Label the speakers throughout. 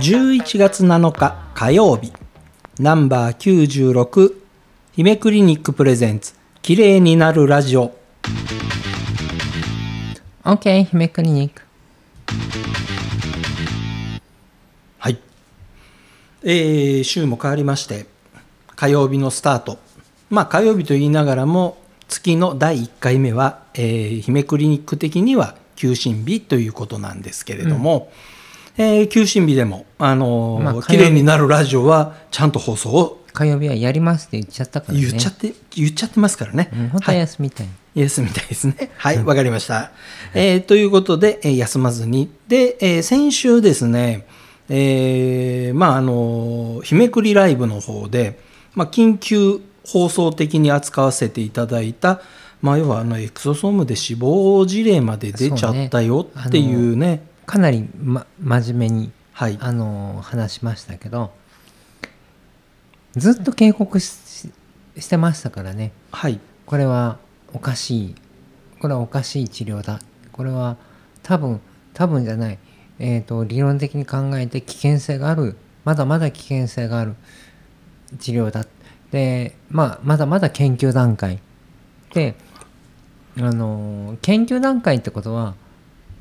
Speaker 1: 11月7日火曜日ナンバー96姫クリニックプレゼンツ綺麗になるラジオ
Speaker 2: OK、姫クリニック。
Speaker 1: はいえー週も変わりまして火曜日のスタートまあ火曜日と言いながらも月の第1回目は、えー、姫クリニック的には休診日ということなんですけれども、えー休診日でも、あのー
Speaker 2: まあ火曜日
Speaker 1: 綺麗になるラジオはちゃんと放送を
Speaker 2: 火曜日はやりますって言っちゃったからね。
Speaker 1: 言っちゃって、言っちゃってますからね。
Speaker 2: うん、本当
Speaker 1: は。
Speaker 2: はい休みたい。
Speaker 1: イエスみたいですね。はい、わかりました。えーということで、えー休まずに。で、えー先週ですね、えーまあ、あのー、日めくりライブの方で、まあ、緊急放送的に扱わせていただいた、まあ、要はあの、エクソソームで死亡事例まで出ちゃったよっていうね、
Speaker 2: かなり、ま、真面目に、
Speaker 1: はい。
Speaker 2: あのー話しましたけど、ずっと警告ししてましたからね。
Speaker 1: はい。
Speaker 2: これはおかしい。これはおかしい治療だ。これは多分、多分じゃない。えっ、と、理論的に考えて危険性がある。まだまだ危険性がある治療だ。で、まあ、まだまだ研究段階。で、あのー研究段階ってことは、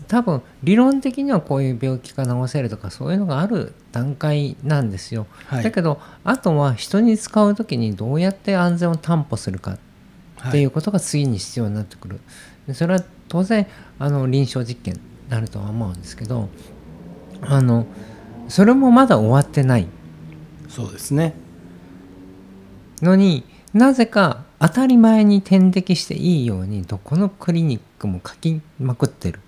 Speaker 2: 多分理論的にはこういう病気が治せるとかそういうのがある段階なんですよ。
Speaker 1: はい。
Speaker 2: だけどあとは人に使う時にどうやって安全を担保するか
Speaker 1: はい
Speaker 2: っていうことが次に必要になってくる、でそれは当然あの臨床実験になるとは思うんですけどあのそれもまだ終わってない
Speaker 1: そうですね。
Speaker 2: のになぜか当たり前に点滴していいようにどこのクリニックも書きまくってる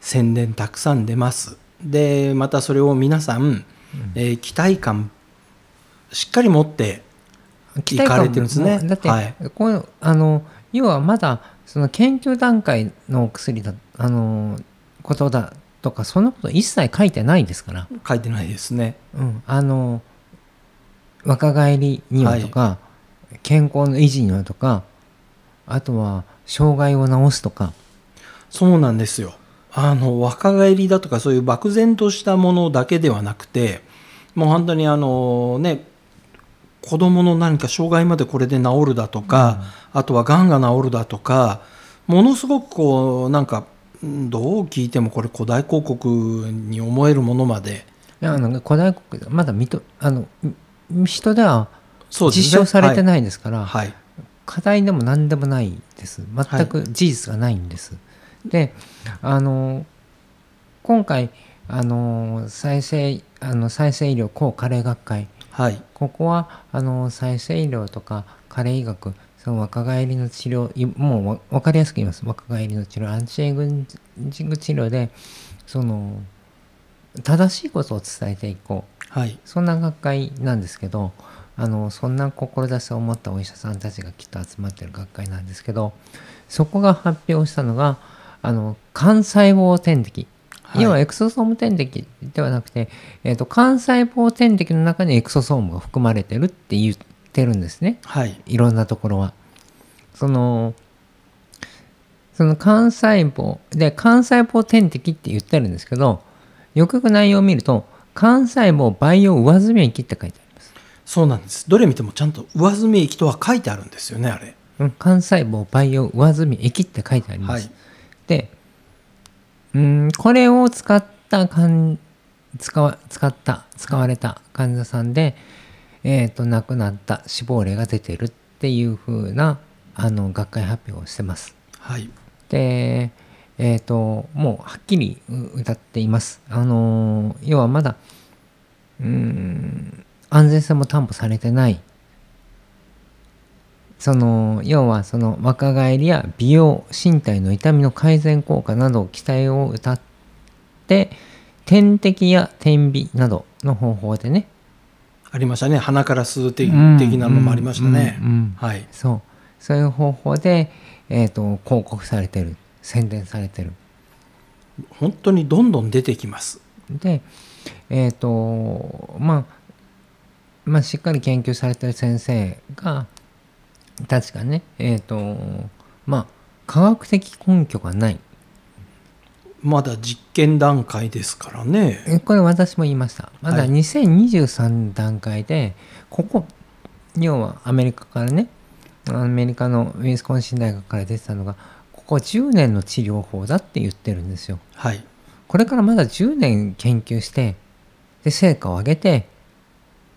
Speaker 1: 宣伝たくさん出ますでまたそれを皆さん、えー期待感しっかり持って
Speaker 2: 期待感も
Speaker 1: 行かれてるんですね
Speaker 2: だって、
Speaker 1: はい
Speaker 2: こうあの要はまだその研究段階のお薬だあのことだとかそんなこと一切書いてないですから、
Speaker 1: 書いてないですね
Speaker 2: うん、あの若返りにはとか、健康の維持にはとかあとは障害を治すとか
Speaker 1: そうなんですよあの若返りだとかそういう漠然としたものだけではなくてもう本当にあのね子供の何か障害までこれで治るだとか、あとはがんが治るだとかものすごくこうなんかうんどう聞いてもこれ古代広告に思えるものまで
Speaker 2: いやあの古代国ではまだ認あのみ人では
Speaker 1: そうですね
Speaker 2: 実証されてないですから、
Speaker 1: はい、はい
Speaker 2: 課題でも何でもないです全く事実がないんです、であの今回あの再生あの再生医療高加齢学会
Speaker 1: はい
Speaker 2: ここはあの再生医療とか加齢医学その若返りの治療いもうわ分かりやすく言います若返りの治療アンチエイジング治療でその正しいことを伝えていこう
Speaker 1: はい
Speaker 2: そんな学会なんですけどあのそんな志を持ったお医者さんたちがきっと集まってる学会なんですけどそこが発表したのがあの幹細胞点滴、
Speaker 1: はい
Speaker 2: 要はエクソソーム点滴ではなくて、えー、と幹細胞点滴の中にエクソソームが含まれてるって言ってるんですね
Speaker 1: はい
Speaker 2: いろんなところは。そのその幹細胞で幹細胞点滴って言ってるんですけどよくよく内容を見ると幹細胞培養上澄み液って書いてあります。
Speaker 1: そうなんですどれ見てもちゃんと上澄み液とは書いてあるんですよねあれ
Speaker 2: うん幹細胞培養上澄み液って書いてあります。
Speaker 1: はい
Speaker 2: でうんこれを使ったかん使わ使った使われた患者さんで、えー、と亡くなった死亡例が出てるっていう風なあの学会発表をしてます。
Speaker 1: はい
Speaker 2: でえっ、ともうはっきりう歌っていますあのー要はまだうーん安全性も担保されてないその要はその若返りや美容身体の痛みの改善効果など期待を歌って点滴や点鼻などの方法でね
Speaker 1: ありましたね鼻から吸う的
Speaker 2: うん
Speaker 1: 的なのもありましたね、
Speaker 2: うんうん
Speaker 1: はい
Speaker 2: そうそういう方法で、えー、と広告されてる宣伝されてる
Speaker 1: 本当にどんどん出てきます
Speaker 2: でえっ、とまあまあしっかり研究されてる先生が確かねえっ、とまあ科学的根拠がない
Speaker 1: まだ実験段階ですからね。
Speaker 2: えこれ私も言いましたま
Speaker 1: は
Speaker 2: だ
Speaker 1: い
Speaker 2: 2023段階でここ要はアメリカからねアメリカのウィスコンシン大学から出てたのがここ10年の治療法だって言ってるんですよ
Speaker 1: はい。
Speaker 2: これからまだ10年研究してで成果を上げて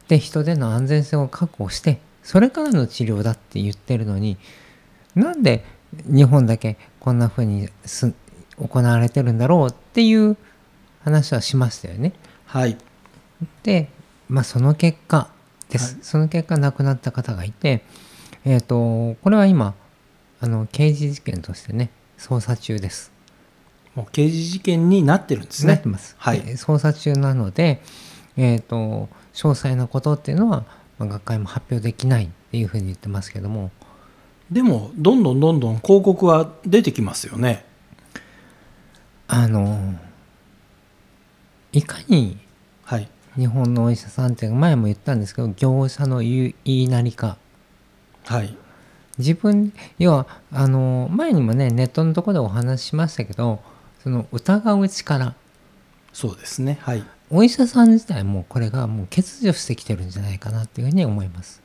Speaker 2: で人での安全性を確保してそれからの治療だって言ってるのになんで日本だけこんな風にす行われてるんだろうっていう話はしましたよね。
Speaker 1: はい。
Speaker 2: で、まあ、その結果です、
Speaker 1: は
Speaker 2: その結果亡くなった方がいて、えー、とこれは今あの刑事事件としてね捜査中です。
Speaker 1: もう刑事事件になってるんです
Speaker 2: なっ
Speaker 1: ね
Speaker 2: て。ます、
Speaker 1: はい
Speaker 2: で捜査中なので、えー、と詳細なことっていうのは、まあ、学会も発表できないっていうふうに言ってますけども
Speaker 1: でも、どんどんどんどん広告は出てきますよね。
Speaker 2: あのいかに
Speaker 1: はい。
Speaker 2: 日本のお医者さんって前も言ったんですけど業者の言う言いなりか
Speaker 1: はい。
Speaker 2: 自分要はあの前にもねネットのところでお話ししましたけどその疑う力
Speaker 1: そうですね。はい。
Speaker 2: お医者さん自体もこれがもう欠如してきてるんじゃないかなっていうふうに思います。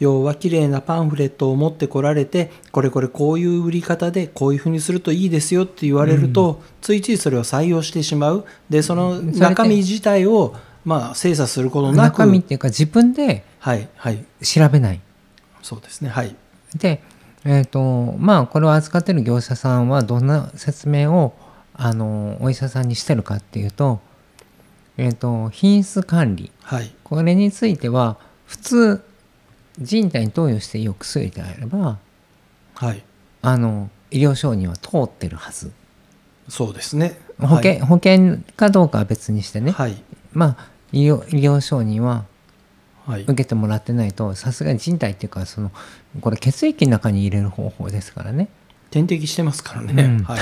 Speaker 1: 要は綺麗なパンフレットを持ってこられてこれこれこういう売り方でこういうふうにするといいですよって言われると、ついついそれを採用してしまうでその
Speaker 2: うん
Speaker 1: 中身自体をまあ精査することなく
Speaker 2: 中身っていうか自分で
Speaker 1: はいはい
Speaker 2: 調べない。
Speaker 1: そうですねはい
Speaker 2: で、えーとまあ、これを扱ってる業者さんはどんな説明をあのお医者さんにしてるかっていうと,、えー、と品質管理
Speaker 1: はい
Speaker 2: これについては普通人体に投与していいお薬であれば
Speaker 1: はい
Speaker 2: あの医療承認は通ってるはず
Speaker 1: そうですね
Speaker 2: 保険,、保険かどうかは別にしてね、
Speaker 1: はい
Speaker 2: まあ医療医療承認は
Speaker 1: はい、
Speaker 2: 受けてもらってないとさすがに人体っていうかそのこれ血液の中に入れる方法ですからね
Speaker 1: 点滴してますからね、
Speaker 2: うん
Speaker 1: は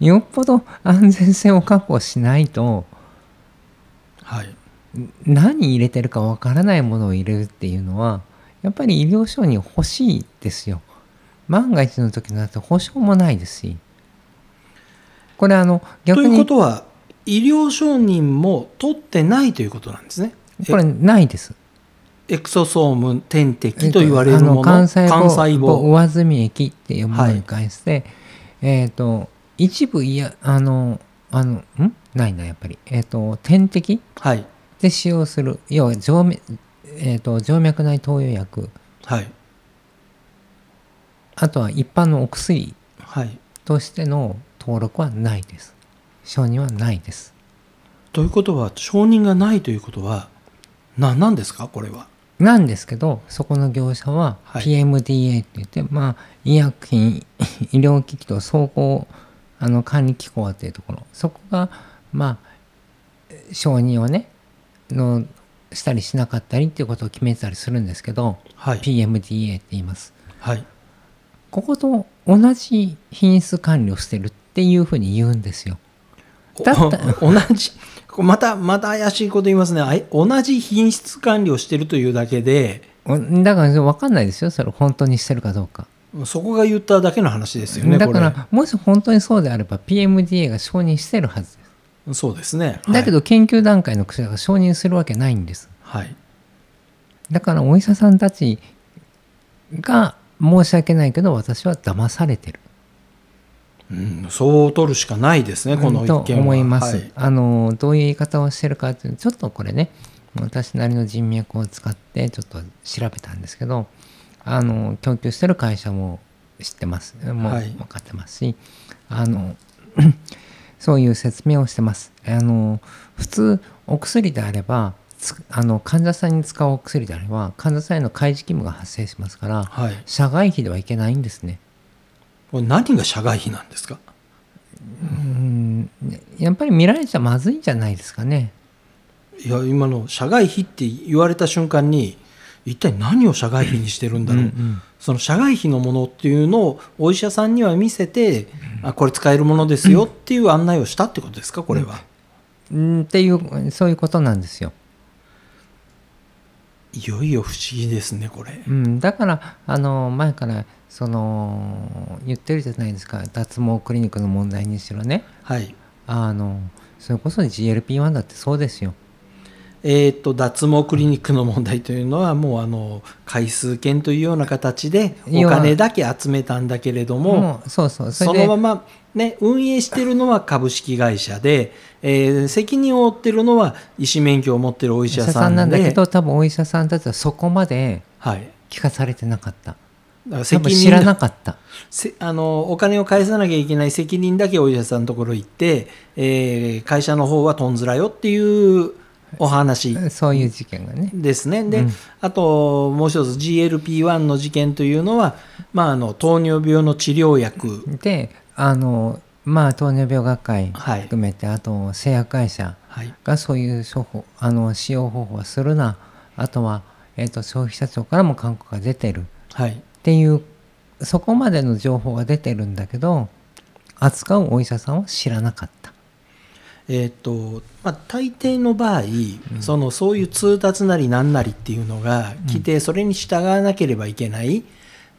Speaker 1: い
Speaker 2: よっぽど安全性を確保しないと
Speaker 1: はい
Speaker 2: 何入れてるかわからないものを入れるっていうのはやっぱり医療承認欲しいですよ万が一の時なんて保証もないですしこれあの
Speaker 1: と
Speaker 2: 逆
Speaker 1: いうこ
Speaker 2: にこと
Speaker 1: は医療承認も取ってないということなんですね
Speaker 2: れないです
Speaker 1: エクソソーム点滴と言われる
Speaker 2: えっとあ
Speaker 1: もの
Speaker 2: の幹細胞
Speaker 1: 幹細胞
Speaker 2: 上積み液っていうものに関して、えっ、と一部いやあのあのんないなやっぱりえっ、と点滴
Speaker 1: はい
Speaker 2: で使用する要は静脈,、えー、と静脈内投与薬
Speaker 1: はい
Speaker 2: あとは一般のお薬
Speaker 1: はい
Speaker 2: としての登録はないです承認はないです
Speaker 1: ということは承認がないということはな何ですかこれは
Speaker 2: なんですけどそこの業者は
Speaker 1: はい
Speaker 2: PMDA って言って、まあ医薬品 医療機器と総合あの管理機構っていうところそこがまあ承認をねのしたりしなかったりっていうことを決めてたりするんですけど
Speaker 1: はい、
Speaker 2: PMDA って言います
Speaker 1: はい、
Speaker 2: ここと同じ品質管理をしてるっていうふうに言うんですよ。 だった
Speaker 1: お同じまたまた怪しいこと言いますねあい同じ品質管理をしてるというだけで
Speaker 2: おだから分かんないですよそれ本当にしてるかどうか。
Speaker 1: そこが言っただけの話ですよね
Speaker 2: だか
Speaker 1: こ
Speaker 2: らもし本当にそうであれば PMDA が承認してるはずです。
Speaker 1: れそうですね
Speaker 2: だけど研究段階の薬が承認するわけないんです。
Speaker 1: はい、はい
Speaker 2: だからお医者さんたちが申し訳ないけど私は騙されてる。
Speaker 1: うん、そう取るしかないですねこの一
Speaker 2: と
Speaker 1: 件は
Speaker 2: 思います、
Speaker 1: はい
Speaker 2: あのどういう言い方をしてるかっていうちょっとこれね私なりの人脈を使ってちょっと調べたんですけどあの供給してる会社も知ってますもう
Speaker 1: はい
Speaker 2: 分かってますし、あの そういう説明をしてますあの普通お薬であればつあの患者さんに使うお薬であれば患者さんへの開示義務が発生しますから
Speaker 1: はい、
Speaker 2: 社外費ではいけないんですね
Speaker 1: これ何が社外費なんですか
Speaker 2: うんやっぱり見られちゃまずいんじゃないですかね
Speaker 1: いや今の社外費って言われた瞬間に一体何を社外費にしてるんだろう、
Speaker 2: うんうん
Speaker 1: その社外費のものっていうのをお医者さんには見せて、あこれ使えるものですよっていう案内をしたってことですかこれは、
Speaker 2: うんっていうそういうことなんですよ。
Speaker 1: いよいよ不思議ですねこれ、
Speaker 2: うん、だからあの前からその言ってるじゃないですか脱毛クリニックの問題にしろね
Speaker 1: はい
Speaker 2: あのそれこそ GLP-1 だってそうですよ。
Speaker 1: えー、と脱毛クリニックの問題というのはもうあの回数券というような形でお金だけ集めたんだけれども、
Speaker 2: うそうそう
Speaker 1: そ
Speaker 2: れで
Speaker 1: のまま、ね、運営してるのは株式会社で、えー責任を負ってるのは医師免許を持ってるお医
Speaker 2: お医
Speaker 1: 者
Speaker 2: 者
Speaker 1: さ
Speaker 2: さ
Speaker 1: んで
Speaker 2: んなんだけど多分お医者さんたちはそこまで
Speaker 1: はい、
Speaker 2: 聞かされてなかっ
Speaker 1: だ
Speaker 2: た
Speaker 1: から
Speaker 2: 多
Speaker 1: 責
Speaker 2: 分
Speaker 1: 任
Speaker 2: 知らなかった
Speaker 1: せあのお金を返さなきゃいけない責任だけお医者さんのところ行って、えー会社の方はとんずらよっていうお話
Speaker 2: そういう事件がね。
Speaker 1: ですね。で、
Speaker 2: うん
Speaker 1: あともう一つ GLP-1 の事件というのは、まあ、あの糖尿病の治療薬、
Speaker 2: であのまあ糖尿病学会
Speaker 1: はい
Speaker 2: 含めて、あと製薬会社
Speaker 1: はい
Speaker 2: がそういう処方あの使用方法はするなあとは、えっと消費者庁からも勧告が出てるっ
Speaker 1: はい
Speaker 2: ていうそこまでの情報が出てるんだけど扱うお医者さんは知らなかった。
Speaker 1: えーっとまあ、大抵の場合、そのそういう通達なりなんなりっていうのが来て、それに従わなければいけない。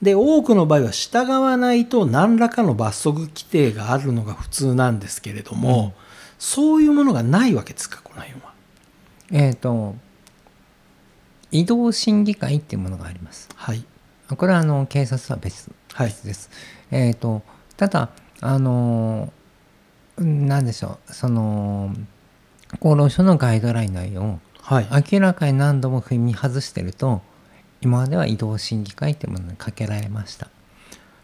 Speaker 1: で多くの場合は従わないと何らかの罰則規定があるのが普通なんですけれども、そういうものがないわけですかこの辺は。
Speaker 2: えっ、と移動審議会っていうものがあります。
Speaker 1: はい、
Speaker 2: これはあの警察とは別
Speaker 1: はい
Speaker 2: です。えっ、とただあのうんなんでしょうその厚労省のガイドライン内容を
Speaker 1: はい
Speaker 2: 明らかに何度も踏み外してると今までは移動審議会っていうものにかけられました。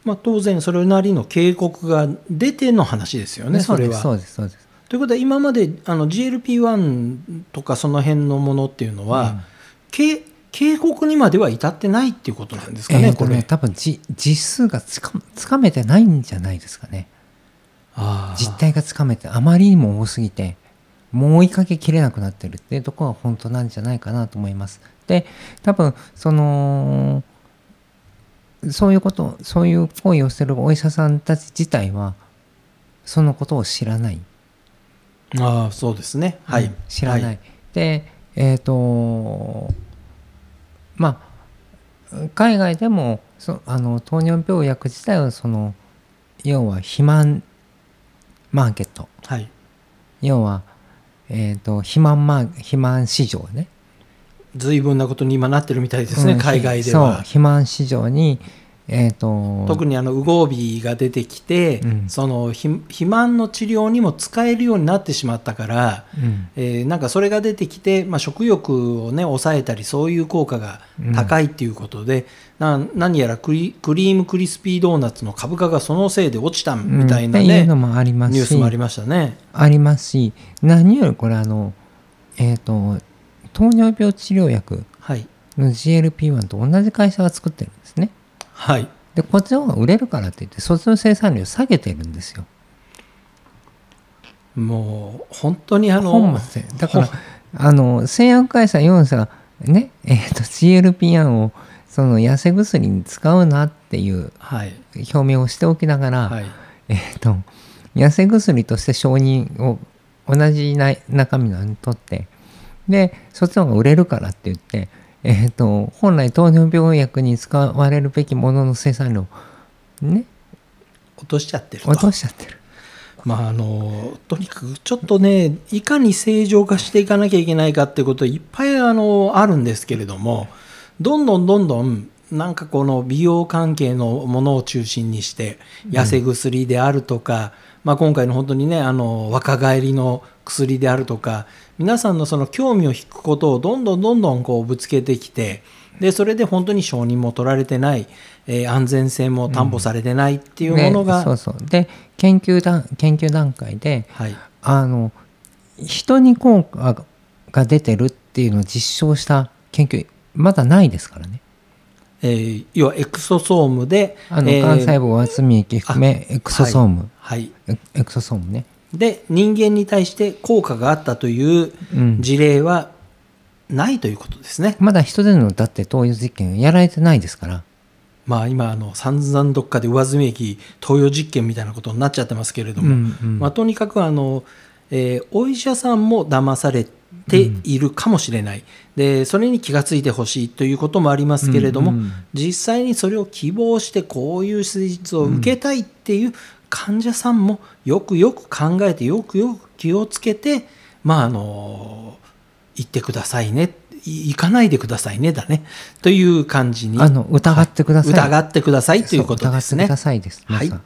Speaker 1: まあ、当然それなりの警告が出ての話ですよね、そ
Speaker 2: そ
Speaker 1: うれ
Speaker 2: ですそ
Speaker 1: は。
Speaker 2: うですそうです。
Speaker 1: ということは今まであの GLP-1 とかその辺のものっていうのは、け警告にまでは至ってないっていうことなんですかね、
Speaker 2: えーと
Speaker 1: これ。
Speaker 2: ね多分じ実数がつかつかめてないんじゃないですかね。
Speaker 1: あー
Speaker 2: 実態がつかめてあまりにも多すぎてもう追いかけきれなくなってるっていうところが本当なんじゃないかなと思います。で多分そのそういうことそういう行為をしてるお医者さんたち自体はそのことを知らない、
Speaker 1: あーそうですね、はい
Speaker 2: うん知らない、
Speaker 1: はい
Speaker 2: でえっ、とまあ海外でもそあの糖尿病薬自体はその要は肥満マーケット
Speaker 1: はい
Speaker 2: 要は、えー、と肥満マー肥満市場ね
Speaker 1: 随分なことに今なってるみたいですね、
Speaker 2: うん
Speaker 1: 海外で
Speaker 2: そう
Speaker 1: は。
Speaker 2: 肥満市場に、えー、と
Speaker 1: 特にあのウゴービーが出てきて、
Speaker 2: うん
Speaker 1: その肥肥満の治療にも使えるようになってしまったから、
Speaker 2: うん
Speaker 1: えーなんかそれが出てきて、まあ、食欲をね抑えたりそういう効果が高いっていうことで、な何やらクリクリームクリスピードーナツの株価がそのせいで落ちたみたいな
Speaker 2: うんってい
Speaker 1: ね、
Speaker 2: うのもあります
Speaker 1: ニュース
Speaker 2: し
Speaker 1: もありましたね。
Speaker 2: ありますし何よりこれあのえっ、と糖尿病治療薬
Speaker 1: はい、
Speaker 2: の GLP-1 と同じ会社が作ってるんですね
Speaker 1: はい、
Speaker 2: でこっちの方が売れるからって言ってそっちの生産量下げてるんですよ
Speaker 1: もう本当にあの
Speaker 2: 本末転だから
Speaker 1: ほ
Speaker 2: あの製薬会社4社ね えー、と GLP-1 をその痩せ薬に使うなっていう
Speaker 1: はい
Speaker 2: 表明をしておきながら、
Speaker 1: はい
Speaker 2: えー、と痩せ薬として承認を同じな中身のにとってでそっちの方が売れるからって言って、えー、と本来糖尿病薬に使われるべきものの生産量ね
Speaker 1: 落としちゃってると
Speaker 2: 落としちゃってる。
Speaker 1: まああのとにかくちょっとねいかに正常化していかなきゃいけないかってこといっぱいあのあるんですけれどもどんどんどんどんなんかこの美容関係のものを中心にして痩せ薬であるとか、まあ、今回の本当にねあの若返りの薬であるとか皆さんのその興味を引くことをどんどんどんどんこうぶつけてきてでそれで本当に承認も取られてない、えー安全性も担保されてないっていうものが、
Speaker 2: ねそうそうで研究段研究段階で
Speaker 1: はい、
Speaker 2: あの人に効果が出てるっていうのを実証した研究まだないですからね
Speaker 1: えー要はエクソソームで、
Speaker 2: あの
Speaker 1: えー
Speaker 2: 幹細胞厚み液含めエクソソーム、
Speaker 1: はい、
Speaker 2: エクソソームね、
Speaker 1: で人間に対して効果があったという
Speaker 2: うん、
Speaker 1: 事例はないということですね。
Speaker 2: まだ人でのだって投与実験やられてないですから
Speaker 1: まあ、今あの散々どっかで上澄み液投与実験みたいなことになっちゃってますけれども、
Speaker 2: うんうん
Speaker 1: まあ、とにかくあの、えーお医者さんも騙されているかもしれない、でそれに気がついてほしいということもありますけれども、
Speaker 2: うんうん
Speaker 1: 実際にそれを希望してこういう施術を受けたいっていう患者さんもよくよく考えてよくよく気をつけてまああの行ってくださいねい行かないでくださいねだねという感じに
Speaker 2: あの疑ってください。
Speaker 1: 疑ってくださいということです
Speaker 2: そう疑ってく
Speaker 1: ね
Speaker 2: だ。さいです。皆さん
Speaker 1: はい